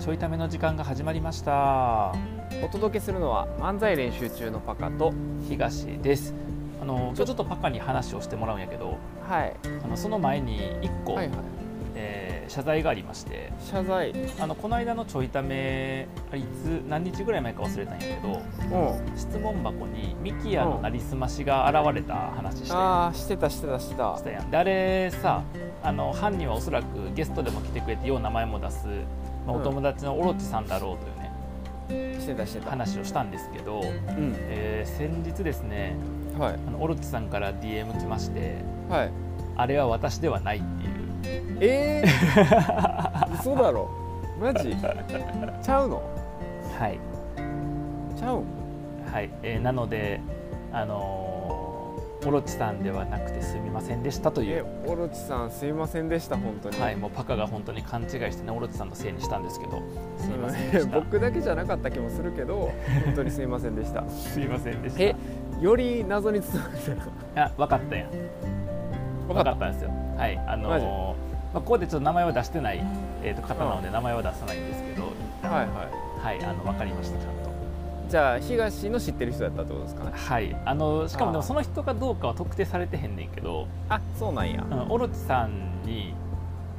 ちょいための時間が始まりましたお届けするのは漫才練習中のパカと東ですあの今日ちょっとパカに話をしてもらうんやけどはい、あのその前に1個、はいはいえー謝罪がありまして謝罪あのこの間のちょいためあれいつ何日ぐらい前か忘れたんやけどうん質問箱にミキヤのなりすましが現れた話してんああしてたしてたしてたしたやんであれさあの犯人はおそらくゲストでも来てくれてよう名前も出す、まあ、うおん友達のオロチさんだろうというね、してたしてた話をしたんですけど、うんえー先日ですねはいあのオロチさんから DM 来ましてはいあれは私ではないっていうえ ー、嘘だろマジちゃうのはい、ちゃうんはいえーなのであのーオロチさんではなくてすみませんでしたといえう、オロチさんすいませんでした本当に、はい、もうパカが本当に勘違いしてねオロチさんのせいにしたんですけどすみませんでうしんた僕だけじゃなかった気もするけ ど本当にすいませんでしたすみませんでしたえより謎に包まれてるあ分かったやん分分かったんですよはいあのマジーまあ、ここでちょっと名前は出してない、えー、と方なので名前は出さないんですけど、はいははい、あの分かりましたちゃんといじゃあ東の知ってる人だったってことですかねはい、あのしかもであもーその人かどうかは特定されてへんねんけど、あそうなんや、うん、オロチさんに、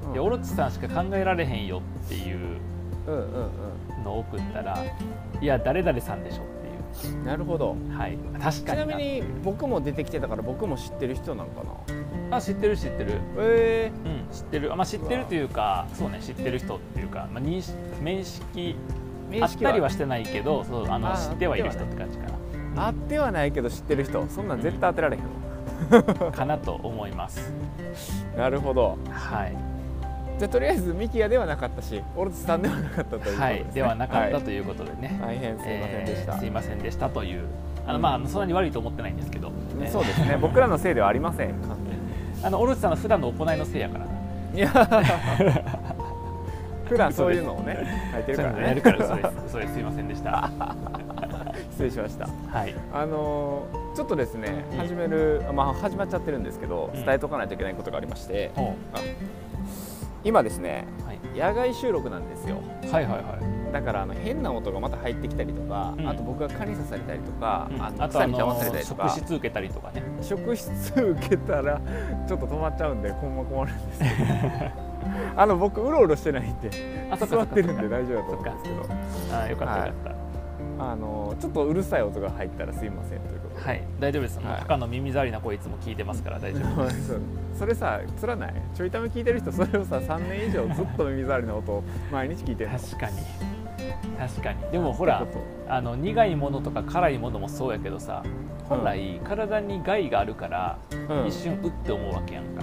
うんいやオロチさんしか考えられへんよっていううんうんのを送ったらいや誰々さんでしょっていうんなるほどうはい確ちかになみに僕も出てきてたから僕も知ってる人なんかなあ知ってる知ってるえうん知ってるあまあ知ってるというかそうね知ってる人っていうか、まあ、認識面識ー、あったりは知してないけどそうあのあー知ってはいる人あっって感じかあってはないけど知ってる人そんなん絶対当てられへんわ、なかなと思い ますなるほどはいじゃあとりあえずミキヤではなかったしオルツさんではなかったということです、ね、はいではなかったはいということでね、大変すいませんでした、えーすいませんでしたというあの、まああの、そんなに悪いと思ってないんですけど、ねそうですね僕らのせいではありません完全にあのオルチさんの普段の行いのせいやからいや 普段そういうのをね書いてるそかういうらのねやるからそう ですそうですすいませんでした失礼しましたはいあのーちょっとですねうん始める、まあ、始まっちゃってるんですけどうん伝えとかないといけないことがありまして、おう今ですねはい、野外収録なんですよはいはいはいだからあの変な音がまた入ってきたりとか、うんあと僕が蚊に刺されたりとか、うんあのあと草あにの邪魔されたりと職か質受けたりとかね職質受けたらちょっと止まっちゃうんでほんま困るん ですけどあの僕うろうろしてないんであそっか座そっかてるんで大丈夫だと思うんですけどそっかあよかったよかっあのちょっとうるさい音が入ったらすいませんということたで、はい、大丈夫ですもうはい他の耳障りな声いつも聞いてますから大丈夫そうそれさつらないちょいため聞いてる人それをさ3年以上ずっと耳障りの音を毎日聞いてるの確かに確かにでもほらってことあの苦いものとか辛いものもそうやけどさ本来体に害があるから、うん一瞬うって思うわけやんか、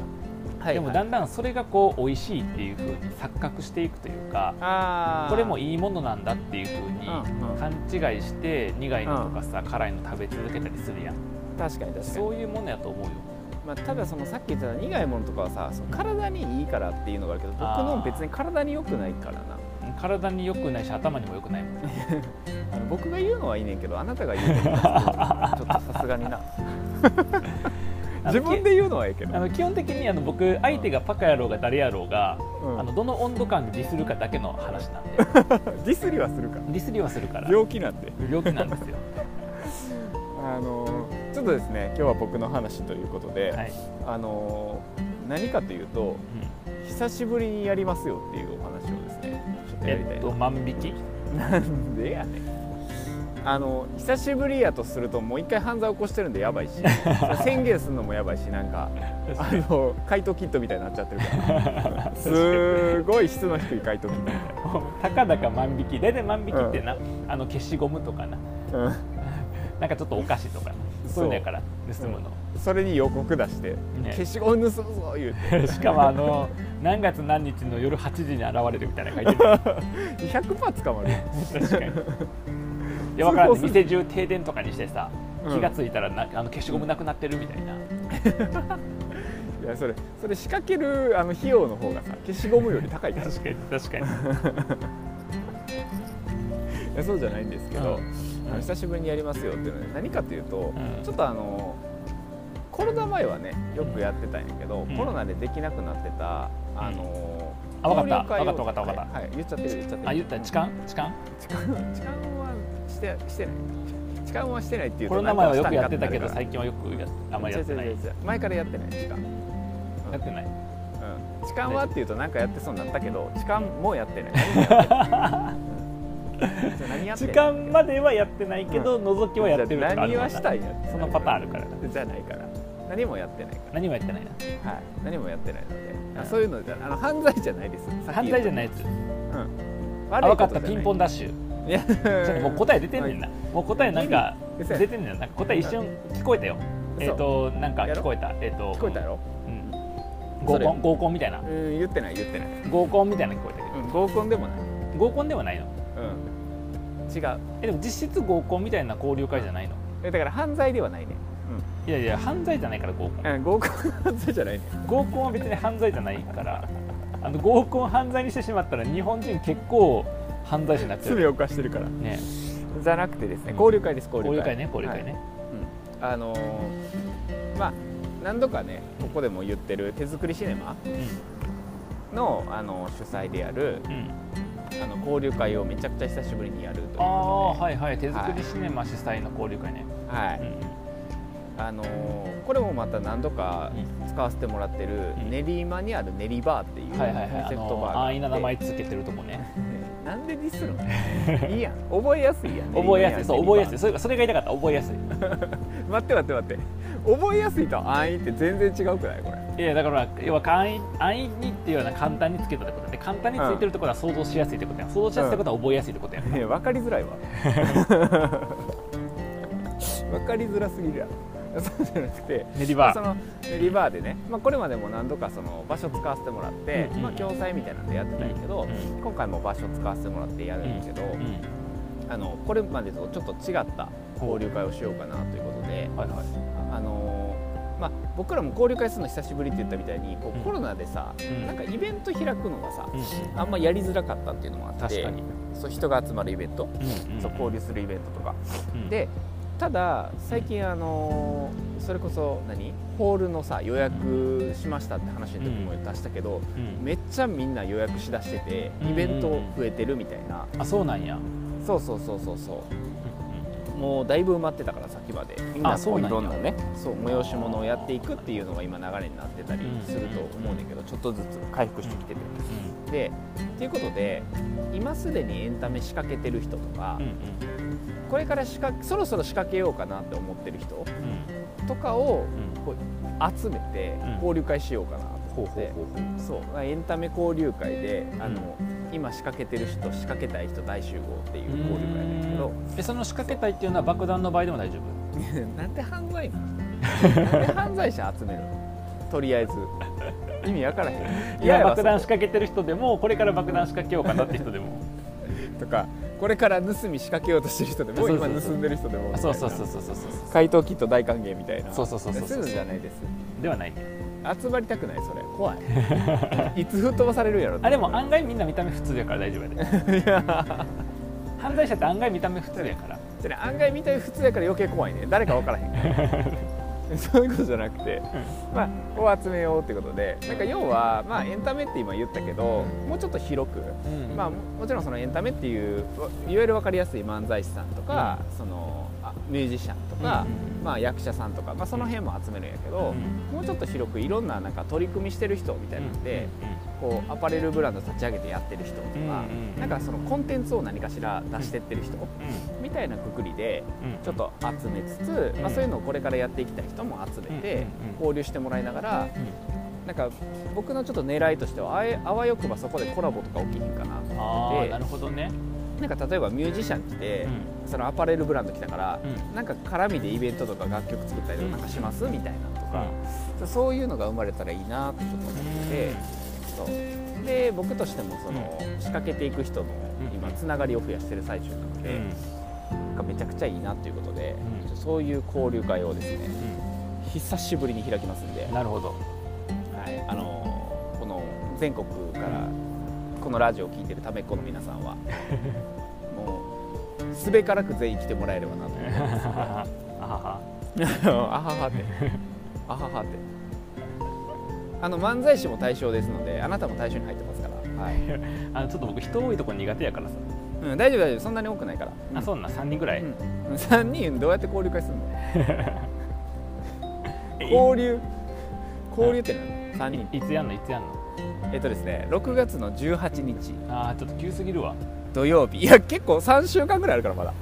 はいでもはいだんだんそれがこう美味しいっていう風に錯覚していくというかあーこれもいいものなんだっていう風にうんうん勘違いして苦いのとかさ辛いの食べ続けたりするやん確かに確かにそういうものやと思うよまあ、ただそのさっき言ってた苦いものとかはさその体にいいからっていうのがあるけど僕の別に体に良くないからな体に良くないし頭にも良くないもんねあの僕が言うのはいいねんけどあなたが言うのはちょっとさすが にな自分で言うのはいいけどあの基本的にあの僕相手がパカやろうが誰やろうがうんあのどの温度感でディスるかだけの話なんでディスりはするからディスりはするから病気なんで病気なん ですよあのーちょっとですね今日は僕の話ということで、はい、あのー何かというとうん久しぶりにやりますよっていうお話をですねちょっとやりたいえなっと万引きなんでやねんあの久しぶりやとするともう一回犯罪起こしてるんでや ばいし宣言するのもやばいしなんかあの怪盗キットみたいになっちゃってるからすごい質の低い怪盗キットみたかだか万引き大体万引きってな、あの消しゴムとかなたいな、なんかちょっとお菓子とかそういうのやから盗むの、うんそれに予告出して、ね消しゴム盗むぞ言うしかもあの何月何日の夜8時に現れるみたいなの書いてるかて100%捕まるら確かにいや分からん、通報する店中停電とかにしてさうん気がついたらなあの消しゴムなくなってるみたいな、いやそれそれ仕掛けるあの費用の方がさ消しゴムより高いからい確かに確かにやそうじゃないんですけど、うんあの久しぶりにやりますよっていうので何かというと、うんちょっとあのコロナ前はねよくやってたんやけど、うんコロナでできなくなってたあのあわかった交流会をわかったわかったわかったはい、はい言っちゃってる言っちゃって るあ言った痴漢痴漢痴漢痴漢はしてしてない痴漢はしてないっていうコとロナなんか前はしよんくかやってたけどなる最近はよくやあんかまらりやってない違う違う違う前からやってない痴漢うやってないうん、痴漢はっていうとなんかやってそうになったけど痴漢もやってない 何やっ痴てんの漢まではやってないけど覗きはやってるとかある何もんなはしたいやそのパターンあるからなじゃないから何もやってないか何もやってないなら、はい、何もやってないので、あうんそういうのじゃあの犯罪じゃないです犯罪じゃない、ないやつうん、あ悪分かいこっとたじピゃなンいポンダッシュいやちょっともう答え出てんねんなもう答えなんか嘘や出てんねんな答え一瞬聞こえたよ嘘えっ、となんか聞こえたえっ、と聞こえたやろ、うんそ合れコン合コンみたいなうん、言ってない言ってない、合コンみたいなの聞こえたけうん、合コンでもない、うん、ど合コンではないの違うえでも実質合コンみたいな交流会じゃないのえだから犯罪ではないね、いやいや犯罪じゃないから合コンうん、合コン犯罪じゃな いね合コンは別に犯罪じゃないからあの合コン犯罪にしてしまったら日本人結構犯罪者になっちゃう罪を犯してるからねじゃなくてですね交流会です交交流流会会ね交流会ね、あのーまあ何度かねここでも言ってる手作りシネマのあの主催であるうんうんあの交流会をめちゃくちゃ久しぶりにやるというああこはいはい手作りシネマ主催の交流会ね、とで、はういんあのーこれもまた何度か使わせてもらってるうん練馬にある練りバーっていうコンセはいはいはいあプトのバーがあ安って易な名前つけてるとこ ねなんでディスる のいいやん覚えやすいやん覚えやすいそう覚えやすいいそれがそれが言いたかった覚えやすい待って待って待って覚えやすいと安易って全然違うくないこ れいやだから要は簡易安易にっていうような簡単につけたってことで簡単についてるってことは想像しやすいってことやん想像しやすいってことは覚えやすいってことやん、ね分かりづら いわ分かりづらすぎるやろそうじゃなくて練りバそーのリバーでね、まあ、これまでも何度かその場所使わせてもらって、うんうんまあ、共催みたいなんでやってたんやけど、う今回も場所使わせてもらってやるんですけど、んあのこれまでとちょっと違った交流会をしようかなということで、はいはいあのーまあ、僕らも交流会するの久しぶりって言ったみたいにこうんうコロナでさ、うんなんかイベント開くのがさ、うんあんまやりづらかったっていうのもあって確かに、そう人が集まるイベント、うんうんそう交流するイベントとか、うんでただ最近あのーそれこそ何ホールのさ予約しましたって話の時も出したけど、うんめっちゃみんな予約しだしててうんイベント増えてるみたいな、あそうなんや、そうそうそうそうそうもうだいぶ埋まってたから先までみんなあそうこういなんやろんなねそう催し物をやっていくっていうのが今流れになってたりすると思うんだけどちょっとずつ回復してきてて。でということで今すでにエンタメ仕掛けてる人とか、うんうんこれから仕掛けそろそろ仕掛けようかなって思ってる人、うんとかをうんうん集めてうん交流会しようかなとほう思っほうて、ほうほうそうエンタメ交流会であの、今仕掛けてる人仕掛けたい人大集合っていう交流会なんですけど えその仕掛けたいっていうのは爆弾の場合でも大丈なんで犯 罪なのなんで犯罪者集めるのとりあえず意味わからへん夫いや爆弾仕し掛けてる人でもこれから爆弾仕掛けようかなって人でもとかこれから盗み仕掛けようとしてる人でもそうそ今うそう盗んでる人でもみたいなそうそうそうそうそうそう怪盗キット大歓迎みたいなそうそうそうそうそういうのじゃな いですではないね集まりたくないそれ怖 いいつ吹っ飛ばされるやろってあでも案外みんな見た目普通やから大丈夫やでいや犯罪者って案外見た目普通やからじゃあね案外見た目普通やから余計怖いね誰か分からへん からそういうことじゃなくて、まあ、を集めようってことでなんか要は、まあ、エンタメって今言ったけどもうちょっと広く、うんまあ、ももちろんそのエンタメっていういわゆる分かりやすい漫才師さんとか、そのあミュージシャンとか、まあ、役者さんとか、まあ、その辺も集めるんやけど、もうちょっと広くいろんななんか取り組みしてる人みたいなので、こうアパレルブランド立ち上げてやってる人とか、うんなんかそのコンテンツを何かしら出してってる人みたいなくくりで。ちょっと集めつつ、まあ、そういうのをこれからやっていきたい人も集めてうんうんうん交流してもらいながらなんか僕のちょっと狙いとしてはあえあわよくばそこでコラボとか起きひんかなとあ思っあてなるほどねてなんか例えばミュージシャン来て、そのアパレルブランド来たから、うんなんか絡みでイベントとか楽曲作ったりとうんかなんかしますみたいなとか、そういうのが生まれたらいいなってちょっと思ってそうで僕としてもその仕掛けていく人のうん今つながりを増やしてる最中なので。がめちゃくちゃいいなということで、うんそういう交流会をですね久しぶりに開きますんで、なるほどはい、あのーこの全国からこのラジオを聞いてるためっ子の皆さん はもうすべからく全員来てもらえればなと思いま すあははあははってあははってあの漫才師も対象ですのであなたも対象に入ってますか ら、はいあのちょっと僕人多いとこ苦手やからさ、うん、大丈夫大丈夫そんなに多くないからあそうなん3人ぐらい、うん、3人どうやって交流会する のえい交流交流って何3人いいつやんのいつやんのえっとですね6月の18日あーちょっと急すぎるわ土曜日いや結構3週間ぐらいあるからまだ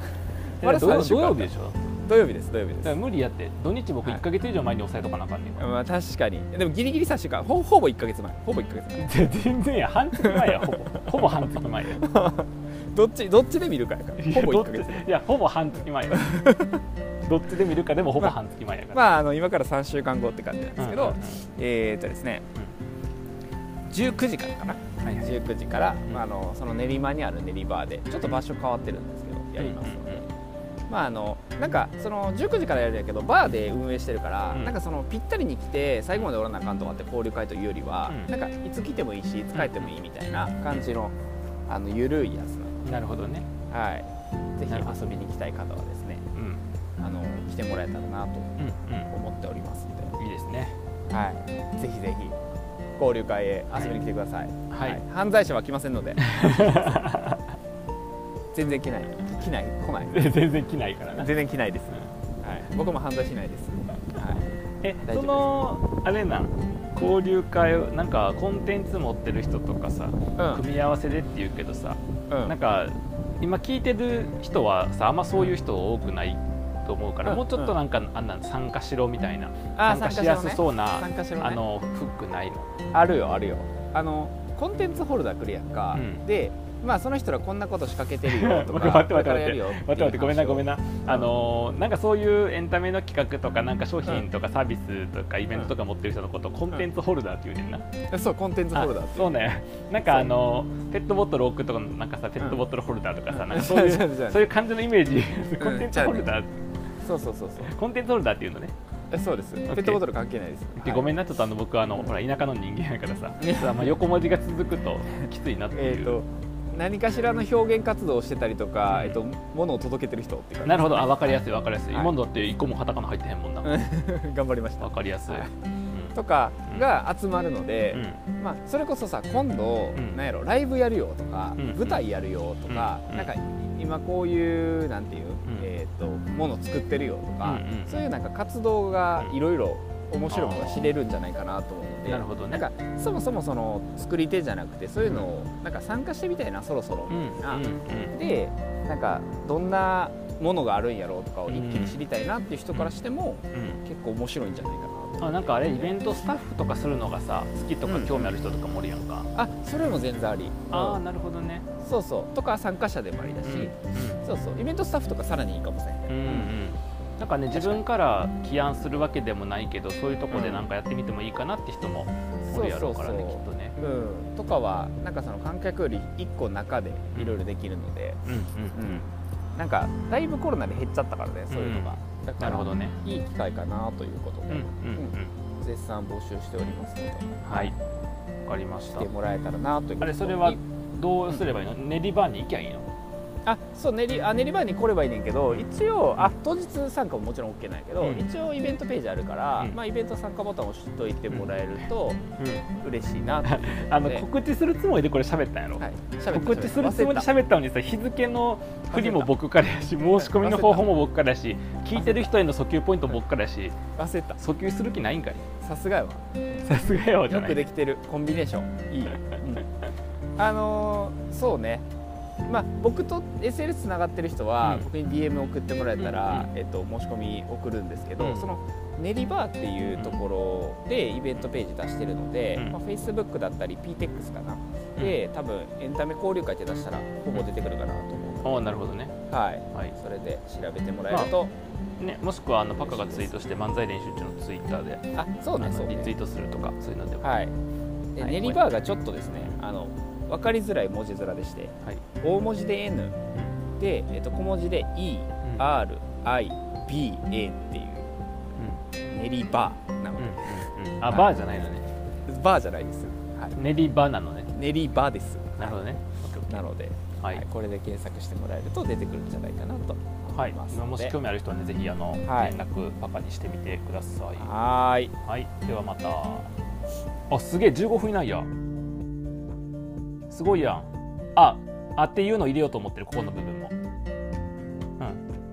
まだ土曜3週土間あ曜る日でしょ土曜日です土曜日でだすから無理やって土日僕はい1か月以上前に押さえとかなあかんねんから、まあ確かにでもギリギリ3週間ほほぼ1か月前ほぼ1か月前全然や半月前やほぼほぼ半月前やどっちどっちで見るかやからほぼ1か 月いやほぼ半月前や どっちで見るかでもほぼ半月前やから、まああの今から3週間後って感じなんですけど、うんうんうんえーっとですね、19時からかな、はいはい19時から、うんまあ、あのその練馬にある練馬でちょっと場所変わってるんですけどやりますので、うんうんまああのなんかその19時からやるんやけどバーで運営してるから、うんなんかそのぴったりに来て最後までおらなあかんとかって交流会というよりは、うんなんかいつ来てもいいしいつ帰ってもいいみたいな感じの,、あの緩いやつなんで、なるほどねはい、ぜなるほひ遊びに来たい方はですねうんあの来てもらえたらなとうん思っておりますので。うんいいですねはい、ぜひぜひ交流会へ遊びに来てください。はい犯罪者は来ませんので。 全然来ない。来ない、来ない。全然来ないからな 全然来ないです。はい、僕も犯罪しないです。はい、え大丈夫ですそのあれなん交流会をなんかコンテンツ持ってる人とかさ、う組み合わせでって言うけどさ、ん、うん、なんか今聞いてる人はさあんまそういう人多くないと思うから、うんもうちょっとなんか、あんなん参加しろみたいなあ参加しやすそうな、参加しろねあのフックないのあるよ、あるよ。あの、コンテンツホルダー来るやんか、うんで。まあその人らこんなこと仕掛けて るよとか待って待ってこれからやるよ待って待ってごめんなごめんなな、あのーなんかそういうエンタメの企画とかなんか商品とかサービスとかイベントとか持ってる人のことをコンテンツホルダーって言うねんな、そうコンテンツホルダーあってそうねなんかあのペットボトル置くとかのなんかさペットボトルホルダーとかさ、なんかそう いそうそうそううそういう感じのイメージコンテンツホルダー、そうそうそうそうコンテンツホルダーっていうのね、えそうですペ OK ットボトル関係ないですではいごめんなちょっとあの僕あのほら田舎の人間やからさねあんま横文字が続くときついなってえいー、う、と何かしらの表現活動をしてたりとか、えー、と物を届けてる人っていうかなるほどあ分かりやすい分かりやすい、はい今度だって一個もカタカナ入ってへんもんな、わ 頑張りました分かりやすい、はいうんとかが集まるので、うんまあ、それこそさ今度、うんなんやろライブやるよとか、うん舞台やるよとか、うんなんか今こういうなんていう、んえー、ともの作ってるよとうか、んうんそういうなんか活動がうんいろいろ面白いものが知れるんじゃないかなと思って、なるほどねなんかそもそもその作り手じゃなくてそういうのをなんか参加してみたいなそろそろうんうみたいな。んでなんかどんなものがあるんやろうとかを一気に知りたいなっていう人からしてもうん結構面白いんじゃないかなうんあなんかあれイベントスタッフとかするのがさ好きとかうん興味ある人とかもおるやんか、とあそれも全然ありああうんなるほどねそうそうとか参加者でもありだし、そうそうイベントスタッフとかさらにいいかもしれない、うんうんなんかね自分から起案するわけでもないけどそういうとこでなんかやってみてもいいかなって人もおそるうやそろううかそらねきっうとねうん、とかはなんかその観客より1個中でいろいろできるので、うんうんなんかだいぶコロナで減っちゃったからねそういうのが、だうんかならるほどねいい機会かなということうで、んうんうん絶賛募集しておりますので、はいわかりまし来たてもらえたらなというあことれそれはどうすればいいの練り場に行きゃいいのあそう練りあ練り場に来ればいいねんけど一応あ当日参加ももちろん OK なんやけど、うん一応イベントページあるから、うんまあ、イベント参加ボタンを押しといてもらえると嬉しいなと、あの告知するつもりでこれ喋ったんやろ はい、告知するつもりでしゃ喋ったのにさ日付の振りも僕からやし申し込みの方法も僕からやし聞いてる人への訴求ポイントも僕からやし忘れた訴求する気ないんかいさすがやわさすがよじゃよなくいできてるコンビネーションいい、うんあのーそうねまあ、僕と SNS つながってる人は、うん僕に DM 送ってもらえたら、うんえっと、申し込み送るんですけど、うんその練りバーっていうところでイベントページ出してるので、うんまあ、Facebook だったり PTEX かな、で多分エンタメ交流会って出したらほぼ出てくるかなと思うので、おおなるほどねはい、はいそれで調べてもらえると、ねもしくはあのパカがツイートして漫才練習中のツイッターであそうあねそうのねリツイートするとかそういうのでもはい、ではい練りバーがちょっとですねあの分かりづらい文字面でしてはい大文字で N で、えっと、小文字で ERIBA うんっていう練りバーなのうんで、うんうんあバーじゃないのねバーじゃないです、はい、練り場なのね練りバーですなるほどねなので、ははいいこれで検索してもらえると出てくるんじゃないかなとはい、ますもし興味ある人はねぜひあの、はい連絡パパにしてみてください。はーいはい、ではまた。あ、すげえ、15分以内や。すごいやん。あ、あっていうの入れようと思ってる、ここの部分も。うん。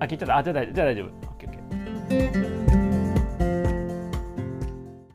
あ、聞いちゃった。あ、じゃあ大丈夫。じゃあ大丈夫。オッケーオッケー。